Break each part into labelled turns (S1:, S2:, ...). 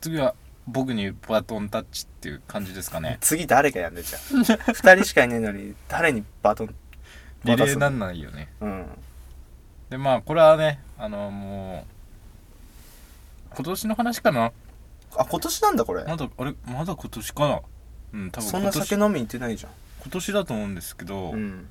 S1: 次は僕にバトンタッチっていう感じですかね。
S2: 次誰がやんでじゃあ二人しかいないのに誰にバトン
S1: リレ
S2: 渡す
S1: ー
S2: の
S1: なんないよね。
S2: うん
S1: で、まあ、これはね、あの、もう、今年の話かな
S2: あ今年なんだこれ
S1: まだ、あれ、まだ今年かなうん、多分
S2: そん
S1: 今
S2: な
S1: 年
S2: 酒飲み行ってないじゃ
S1: 今年だと思うんですけど、
S2: んうん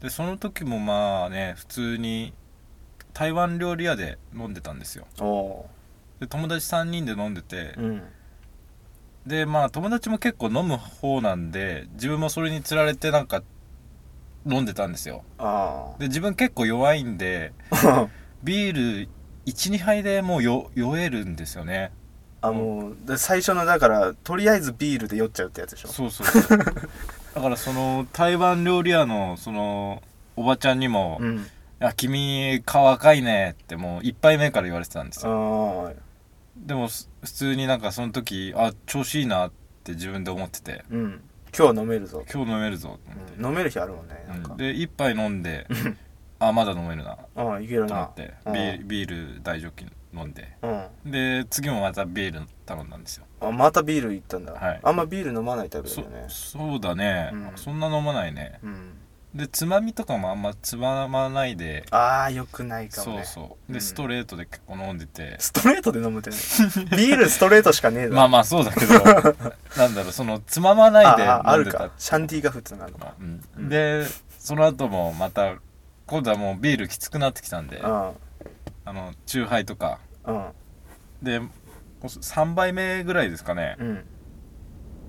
S1: で、その時もまあね、普通に台湾料理屋で飲んでたんですよ。
S2: おお
S1: で、友達3人で飲んでて、
S2: ーうん
S1: でまあ友達も結構飲む方なんで自分もそれにつられてなんか飲んでたんですよ
S2: あ
S1: で自分結構弱いんで
S2: あ
S1: ビール12杯でもうよ酔えるんですよね
S2: あもうで最初のだからとりあえずビールで酔っちゃうってやつでしょ
S1: そうそう そうだからその台湾料理屋のそのおばちゃんにも「
S2: うん
S1: あ君顔赤いね」ってもう1杯目から言われてたんですよ
S2: ああ
S1: でもす普通になんかその時あ調子いいなって自分で思ってて
S2: うん今日は飲めるぞ、
S1: 今日飲めるぞと思って
S2: うん、飲める日あるもんねなんか、
S1: で1杯飲んであまだ飲めるな
S2: ああいける
S1: と思
S2: な
S1: って
S2: うん
S1: ビールビール大ジョッキ飲んで
S2: うん
S1: で次もまたビール頼んだんですよ
S2: あまたビール行ったんだ、
S1: はい
S2: あんまビール飲まないタイプだ
S1: そ
S2: よね
S1: そうだね、
S2: うん
S1: そんな飲まないね
S2: うん
S1: でつまみとかもあんまつままないで
S2: ああよくないかも
S1: そ
S2: ね
S1: うそう
S2: う
S1: で、
S2: ん
S1: ストレートで結構飲んでて
S2: ストレートで飲むってねビールストレートしかねえだろ
S1: まあまあそうだ けどなんだろうそのつままないで
S2: あああ
S1: 飲ん
S2: る
S1: でた
S2: かシャンディが普通なのか
S1: うん
S2: うん
S1: でその後もまた今度はもうビールきつくなってきたんであのチューハイとか
S2: うんうん
S1: で3杯目ぐらいですかね、
S2: うん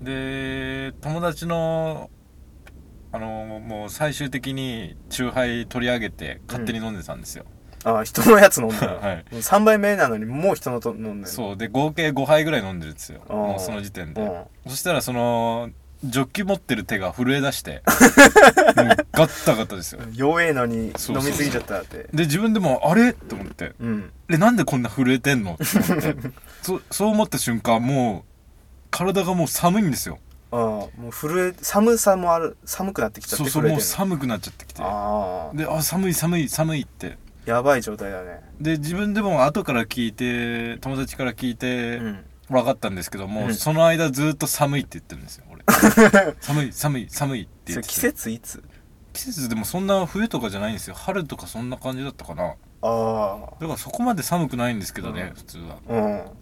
S1: で友達のあのもう最終的にチューハイ取り上げて勝手に飲んでたんですよ、
S2: ああ人のやつ飲ん だ
S1: はい
S2: もう3杯目なのにもう人のと飲んでる
S1: そうで合計5杯ぐらい飲んでるんですよ
S2: あー
S1: もうその時点で、
S2: うん
S1: そしたらそのジョッキ持ってる手が震え出してもう ガッタガタですよ
S2: 弱えのに飲
S1: そうそうそう
S2: みすぎちゃったって
S1: で自分でもあれと思って
S2: うん
S1: えなんでこんな震えてんのって思って そそう思った瞬間もう体がもう寒いんですよ
S2: ああもう震え寒さもある寒くなってきちゃって
S1: そう
S2: 震えて
S1: そうも
S2: る
S1: う寒くなっちゃってきて
S2: ああ
S1: であ寒い寒い寒いって
S2: やばい状態だね
S1: で自分でも後から聞いて友達から聞いうて
S2: ん
S1: 分かったんですけども、
S2: うん
S1: その間ずっと寒いって言ってるんですよ 俺寒い寒い寒いって言
S2: そ
S1: っ
S2: れ
S1: てて
S2: 季節いつ
S1: 季節でもそんな冬とかじゃないんですよ春とかそんな感じだったかな
S2: ああ
S1: だからそこまで寒くないんですけどね、
S2: うん
S1: 普通は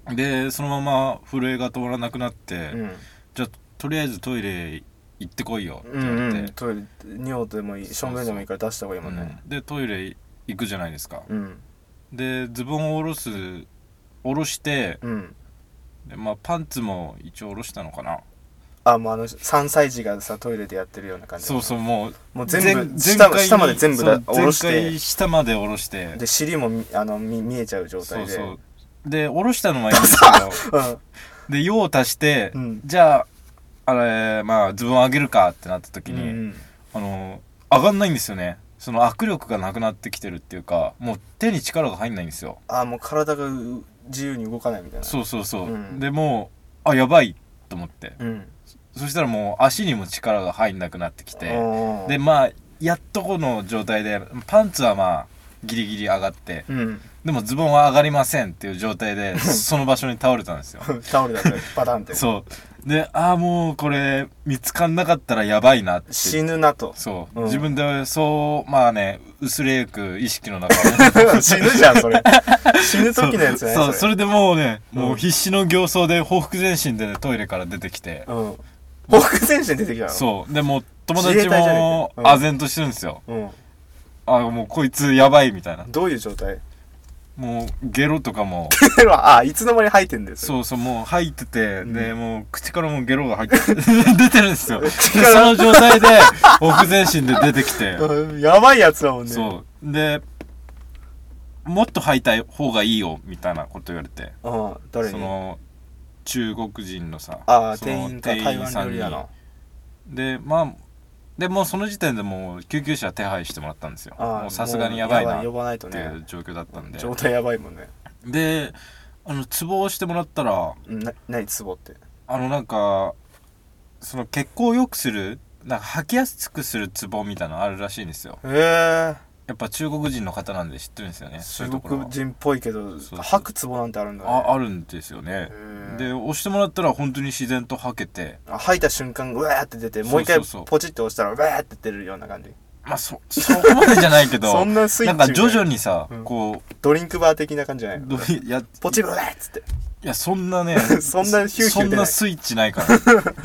S2: うん
S1: でそのまま震えが通らなくなって、
S2: うん
S1: じゃあとりあえずトイレ行ってこいよって
S2: う
S1: 言われ
S2: ん
S1: て、
S2: うんトイレ尿でもいいしょんべんでもいいから出した方がいいもんね
S1: うんでトイレ行くじゃないですか、
S2: うん
S1: でズボンを下ろす下ろして、
S2: うん
S1: でまあパンツも一応下ろしたのかな
S2: あもうあの3歳児がさトイレでやってるような感じ
S1: そうそうもう
S2: もう全部
S1: 前
S2: 下
S1: 前回に
S2: 下まで全部だ
S1: そう
S2: 下ろし
S1: 前
S2: て
S1: 回下まで下ろして
S2: で尻もみあの見見えちゃう状
S1: そ
S2: 態
S1: う
S2: で
S1: そうで下ろしたのはいいんですけ どで用を足して、
S2: うん
S1: じゃああれまあズボン上げるかってなった時
S2: うん、う
S1: に、
S2: ん、
S1: あの上がんないんですよねその握力がなくなってきてるっていうかもう手に力が入んないんですよ
S2: あもう体がう自由に動かないみたいな
S1: そうそうそう、
S2: うん
S1: でもうあやばいと思って
S2: う、うん、
S1: そしたらもう足にも力が入んなくなってきて、
S2: あー
S1: でまあやっとこの状態でパンツはまあギリギリ上がって
S2: うん、
S1: でもズボンは上がりませんっていう状態でその場所に倒れたんです よ
S2: タオルだったらバタンって
S1: そうでああもうこれ見つかんなかったらやばいなって
S2: 死ぬなと
S1: そう、
S2: うん
S1: 自分でそうまあね薄れゆく意識の中で
S2: 死ぬじゃん それ死ぬ 時のやつね
S1: そうそうそ
S2: れ
S1: れでもうね、
S2: うん
S1: もう必死の形相で報復前進でね、トイレから出てきて、
S2: うん北前線出てきたの
S1: そうでもう友
S2: 自衛
S1: 達
S2: 隊じゃね
S1: も
S2: えかうん
S1: 唖然としてるんですよ、
S2: う、ん、
S1: ああもうこいつやばいみたいな
S2: どういう状態
S1: もうゲロとかも
S2: ああいつの間に吐いてんです
S1: そうそう、もう入ってて、
S2: ん
S1: で、もう口からもうゲロが入って て、出てるんですよ。で、
S2: 口
S1: そ
S2: から
S1: の状態で、奥全身で出てき て、
S2: うんやばいやつだもんね
S1: そう。で、もっと吐いた方がいいよ、みたいなこと言われて、
S2: うん誰
S1: そ
S2: に
S1: の、中国人のさ、
S2: ああ
S1: その
S2: 店員か台湾料理屋の
S1: で、まあ、で、もうその時点でもう救急車手配してもらったんですよ。
S2: ああ
S1: もうさすがにやばいな、っ
S2: もうやば呼ばないと
S1: て
S2: ね
S1: いう状況だったんで。
S2: 状態やばいもんね
S1: で、あの、ツボをしてもらったら、
S2: うんな何ツボって
S1: あのなんかその血行を良くするなんか吐きやすくするツボみたいなのあるらしいんですよ
S2: へえ
S1: やっぱ中国人の方なんで知ってるんですよねそういう
S2: 中
S1: ところは
S2: 国人っぽいけど
S1: そうそう
S2: 吐くツボなんてあるんだね
S1: ああるんですよね
S2: へえ
S1: で押してもらったら本当に自然と吐けて
S2: あ吐いた瞬間うわーって出て
S1: そう
S2: もう一回
S1: そうそう
S2: ポチって押したらうわーって出るような感じ
S1: まあそ そこまでじゃないけど
S2: そんなスイッチ
S1: なんか徐々にさ、
S2: うん
S1: こ
S2: ドリンクバー的な感じじゃな
S1: う
S2: い
S1: ど
S2: の
S1: ういや
S2: ポチブレーっつって
S1: いやそんなね
S2: そんなヒューヒュー出ない
S1: そんなスイッチないから
S2: ちょ
S1: だ
S2: っ
S1: か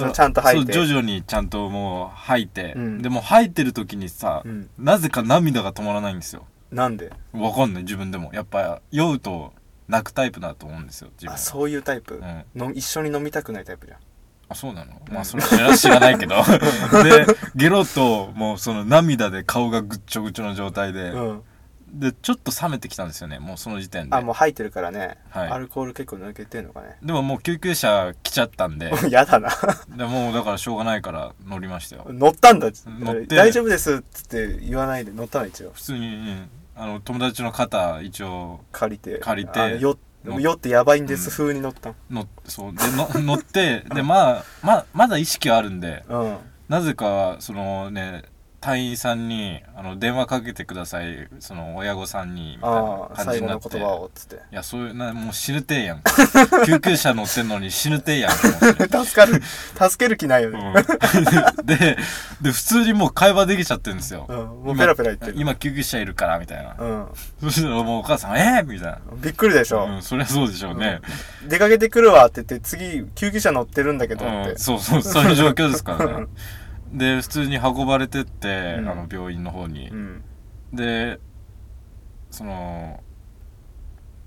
S2: と
S1: ら
S2: ちゃんと吐いて
S1: そう徐々にちゃんともう吐いて、
S2: うん
S1: でも吐いてる時にさ、
S2: うん
S1: なぜか涙が止まらないんですよ
S2: なんで
S1: わかんない自分でもやっぱ酔うと泣くタイプだと思うんですよ自分
S2: あそういうタイプ、
S1: うん
S2: の一緒に飲みたくないタイプじゃん
S1: あそうなのまあそれは知らない けどでゲロともうその涙で顔がぐっちょぐちょの状態で、
S2: うん
S1: でちょっと冷めてきたんですよねもうその時点で
S2: あもう吐いてるからね、
S1: はい
S2: アルコール結構抜けてんのかね
S1: でももう救急車来ちゃったん で
S2: やだな
S1: でもうだからしょうがないから乗りましたよ
S2: 乗ったんだ
S1: 乗って
S2: 大丈夫ですっつって言わないで乗ったの一応
S1: 普通に、うんあの友達の肩一応
S2: 借りて
S1: 借りて
S2: あのよ
S1: 乗っ
S2: 酔ってやばいんです、
S1: うん
S2: 風に乗った
S1: 乗っそうでの乗ってでまあままだ意識はあるんで
S2: うん
S1: なぜかそのね隊員さんにあの電話かけてくださいその親御さんにみたい
S2: あ
S1: な
S2: あ
S1: 感
S2: 最
S1: じ
S2: 後
S1: にな
S2: の
S1: って
S2: 言葉をっつって
S1: いやそういうなもう死ぬてえやん 救急車乗ってんのに死ぬてえやんと思って
S2: 助 かる助ける気ないよね、
S1: うん でで普通にもう会話できちゃってるんですよ、
S2: うんもうペラペラ言ってる
S1: 今今救急車いるからみたいな、
S2: うん
S1: そしたらもうお母さん「えー!」みたい
S2: びっくりでし
S1: な、
S2: ょ、
S1: うん、そりゃそうでしょうね、
S2: 出かけてくるわって言って次救急車乗ってるんだけどって、
S1: うんそうそうそういう状況ですから ねで普通に運ばれてって、
S2: うん
S1: あの病院の方に、
S2: うん
S1: でその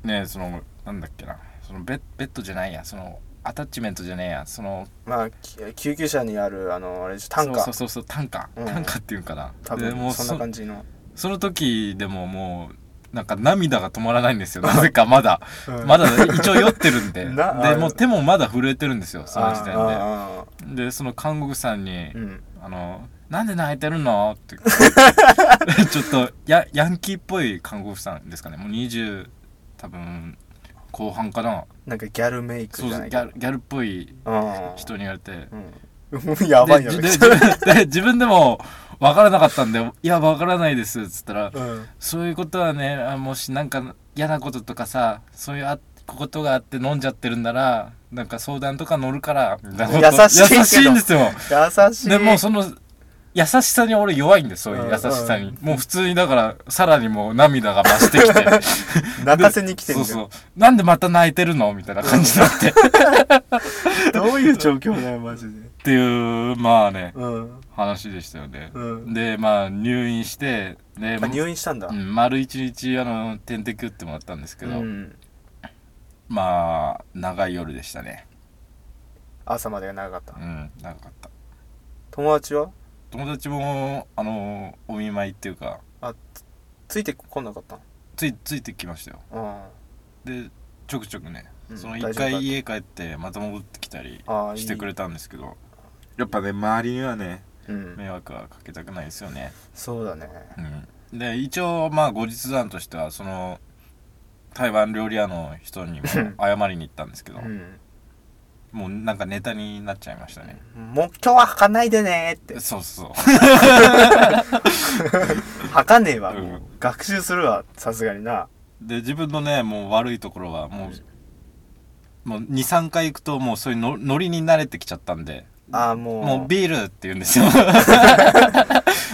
S1: ねそのなんだっけなそのベッベッドじゃないやそのアタッチメントじゃねえやその
S2: まあき救急車にあるあのあれでしょ単価
S1: そうそうそうそう単価、
S2: うん
S1: 単価っていうかな
S2: 多
S1: でも
S2: 分
S1: う
S2: そんな感じの、
S1: その時でももうなんか涙が止まらないんですよなぜかまだ
S2: うん
S1: まだ一応酔ってるんで
S2: な
S1: でもう手もまだ震えてるんですよその時点
S2: あ
S1: ででその看護婦さんに
S2: ーあーあーうん
S1: 「あのなんで泣いてるの?」 ってちょっとやヤンキーっぽい看護婦さんですかねもう20多分後半かな
S2: なんかギャルメイク
S1: そうギ
S2: じゃないか
S1: ャルギャルっぽい
S2: あー
S1: 人に言われて
S2: うんやばいや
S1: で
S2: ばい
S1: で自分で自分でも分からなかったんで「いや分からないです」っつったら
S2: うん
S1: そういうことはねあもしなんか嫌なこととかさそういうあことがあって飲んじゃってるんならなんか相談とか乗るからみたいなこと
S2: 優しいけど
S1: 優しいんですよ
S2: 優しい
S1: でもうその優しさに俺弱いんですそういううん優しさに、もう普通にだからさらにもう涙が増してき て
S2: 泣かせに来てん
S1: そう
S2: じゃ
S1: そ
S2: ん
S1: うなんでまた泣いてるのみたいな感じになってっ
S2: どういう状況だよマジで
S1: ていうまあね
S2: うん
S1: 話でしたよね、
S2: うん
S1: でまあ入院してで
S2: あ入院したんだ
S1: うん丸一日あの点滴打ってもらったんですけど、
S2: うん
S1: まあ長い夜でしたね
S2: 朝までが長かった
S1: うん長かった
S2: 友達は
S1: 友達もあのお見舞いっていうか
S2: ついてこんなかった
S1: ついついてきましたよ
S2: の
S1: でちょくちょくね、
S2: うん
S1: その
S2: 大
S1: 一
S2: 丈夫だ
S1: 回家帰ってまた戻ってきたり
S2: ああ
S1: してくれたんですけどやっぱね周りにはね
S2: うん
S1: 迷惑はかけたくないですよね、
S2: そうだね
S1: うん、で一応まあ後日談としてはその台湾料理屋の人にも謝りに行ったんですけど、
S2: うん
S1: もうなんかネタになっちゃいましたね、
S2: もう今日は履かないでねーって
S1: そうそう
S2: 履かねえわ、
S1: うん
S2: もう学習するわさすがにな
S1: で自分のねもう悪いところはもう,、もう23回行くともうそういうのノリに慣れてきちゃったんで
S2: ああもう
S1: もうビールって言うん ですよ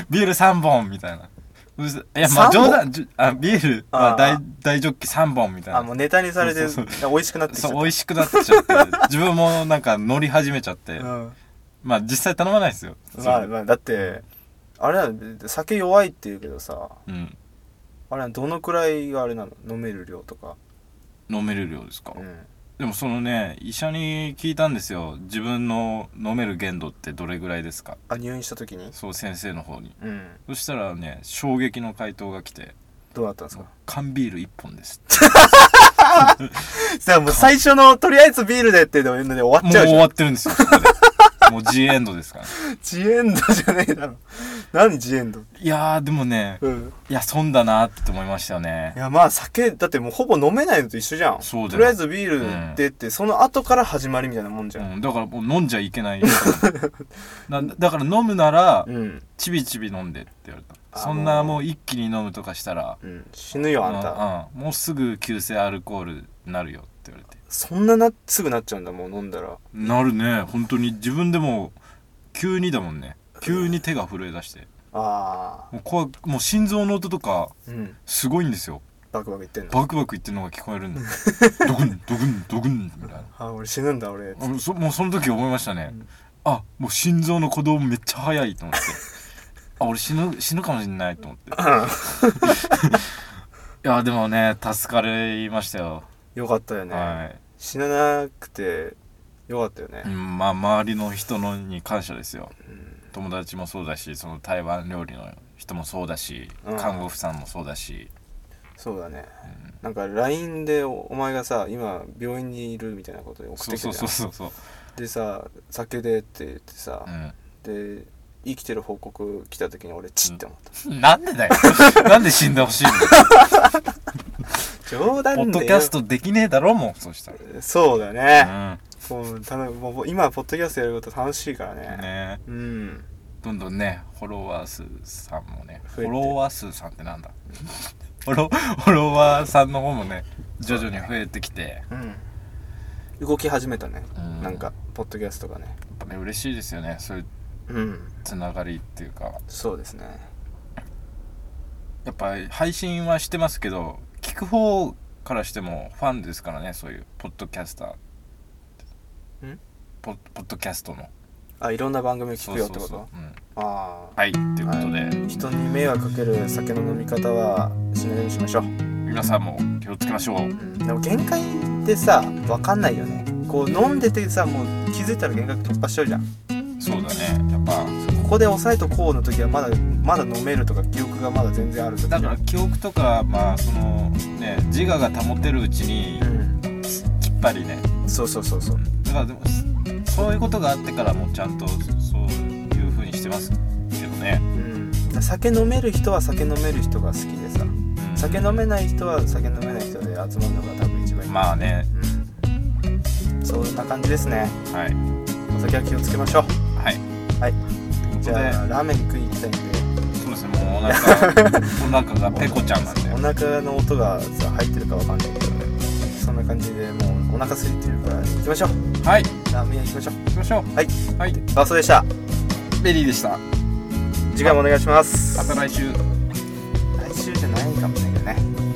S1: ビール3本みたいなうずいやまあ
S2: 三本
S1: 冗談じゅあビールは
S2: あ
S1: 大
S2: あ
S1: 大ジョッキ3本みたい
S2: あ
S1: な
S2: もうネタにされて
S1: そう
S2: 美味しくなってきち
S1: そ
S2: ゃ
S1: う
S2: った
S1: 美味しくなってきちゃって自分もなんか乗り始めちゃって、
S2: うん
S1: まあ実際頼まないですよ
S2: まあ
S1: そう
S2: まあだってあれだよ酒弱いって言うけどさ
S1: うん、
S2: あれはどのくらいがあれなの飲める量とか
S1: 飲める量ですか、
S2: うん
S1: でもそのね医者に聞いたんですよ自分の飲める限度ってどれぐらいですか
S2: あ入院した時に
S1: そう先生の方に
S2: うん
S1: そしたらね衝撃の回答が来て
S2: どうだったんですか
S1: 「缶ビール1本です」
S2: じゃあもう最初のとりあえずビールでっていうので終わ
S1: も
S2: っ
S1: う
S2: ちゃうじ
S1: 終
S2: ゃん
S1: わってるんですよそこでもう G エンドですから、ね、
S2: ジエンドじゃねえだろ 何ジエンド
S1: いやーでもね
S2: うん
S1: いや損だなって思いましたよね
S2: いやまあ酒だってもうほぼ飲めないのと一緒じゃん
S1: そうだよ
S2: とりあえずビールでって、その後から始まりみたいなもんじ
S1: う
S2: ゃん
S1: ん、だからもう飲んじゃいけないなだから飲むなら
S2: うん
S1: ちびちび飲んでって言われた
S2: あのー
S1: そんなもう一気に飲むとかしたら
S2: うん、死ぬよあんた
S1: うんうん、もうすぐ急性アルコールになるよって言われて
S2: そんななすぐなっちゃうんだもう飲んだら
S1: なるね本当に自分でも急にだもんね急に手が震え出して
S2: ああ
S1: もう怖くもう心臓の音とか
S2: うん
S1: すごいんですよ
S2: バクバクいってんの
S1: バクバク言ってるのが聞こえるんでドグンドグンドグンみたいな
S2: あー俺死ぬんだ俺
S1: うんそもうその時思いましたね、
S2: うん
S1: あもう心臓の鼓動めっちゃ速いと 思ってあ俺死ぬ死ぬかもしんないと思 っていやでもね助かりましたよ、
S2: よかったよね、
S1: はい
S2: 死ななくてよかったよね、
S1: うんまあ周りの人のに感謝ですよ友達もそうだしその台湾料理の人もそうだし、
S2: うん
S1: 看護婦さんもそうだし、
S2: そうだね、なんか LINE でおお前がさ今病院にいるみたいなことで送って
S1: そう
S2: きて
S1: そうそうんそ
S2: たじゃ
S1: うそう、
S2: でさ「酒で」って言ってさ、
S1: う
S2: で生きてる報告来た時に俺チッて思った、
S1: ん、なんでだよ なんで死んでほしいの
S2: 冗談
S1: ポ
S2: でよ
S1: ッドキャストできねえだろもうそうした
S2: そうだね、
S1: ら、
S2: もうたのもう今ポッドキャストやること楽しいからね
S1: うん、ね
S2: うん
S1: どんどんねフォロワー数さんもね
S2: 増
S1: フ
S2: えて
S1: ォロワー数さんってなんだ フォロフォロワーさんの方もね徐々に増えてきてや
S2: うん動き始めたね、
S1: うん
S2: なんかポッドキャストがね
S1: っぱね嬉しいですよねそういう
S2: うん
S1: つながりっていうか
S2: そうですね
S1: やっぱり配信はしてますけど聞く方からしてもファンですからねそういうポッドキャスター
S2: ん
S1: ポッポッドキャストの
S2: あいろんな番組聞くよってこと
S1: そう、うん、
S2: ああ
S1: はいということで、
S2: 人に迷惑かける酒の飲み方はしないようにしましょう、
S1: 皆さんも気をつけましょう
S2: でも限界ってさ分かんないよねこう飲んでてさもう気づいたら限界突破しちゃうじゃん
S1: そうだねやっぱ
S2: ここで抑えとこうの時はまだまだ飲めるとか記憶がまだ全然ある時
S1: だから記憶とかまあそのね自我が保てるうちに
S2: うん
S1: きっぱりね
S2: そうそうそうそう
S1: だからでもそういうことがあってからもちゃんとそういう風にしてますけどね、
S2: うん酒飲める人は酒飲める人が好きでさ
S1: うん
S2: 酒飲めない人は酒飲めない人で集まるのが多分一番いい、
S1: まあね
S2: うん、そんな感じですね
S1: はい
S2: お酒は気をつけましょう
S1: はい
S2: はい
S1: とい
S2: じ
S1: うことで
S2: ゃあラーメン食いに行きたいんで
S1: そうですねもう お腹お腹がペコちゃんなんで
S2: お腹の音がさ入ってるかわかんないけどそんな感じでもうお腹空いてるから行きましょう
S1: はい
S2: ラーメン屋行きましょう
S1: 行きましょ
S2: はいう
S1: はい
S2: バーストでした
S1: ベリーでした
S2: 次回もお願いします
S1: また来週
S2: 来週じゃないかもしれないけどね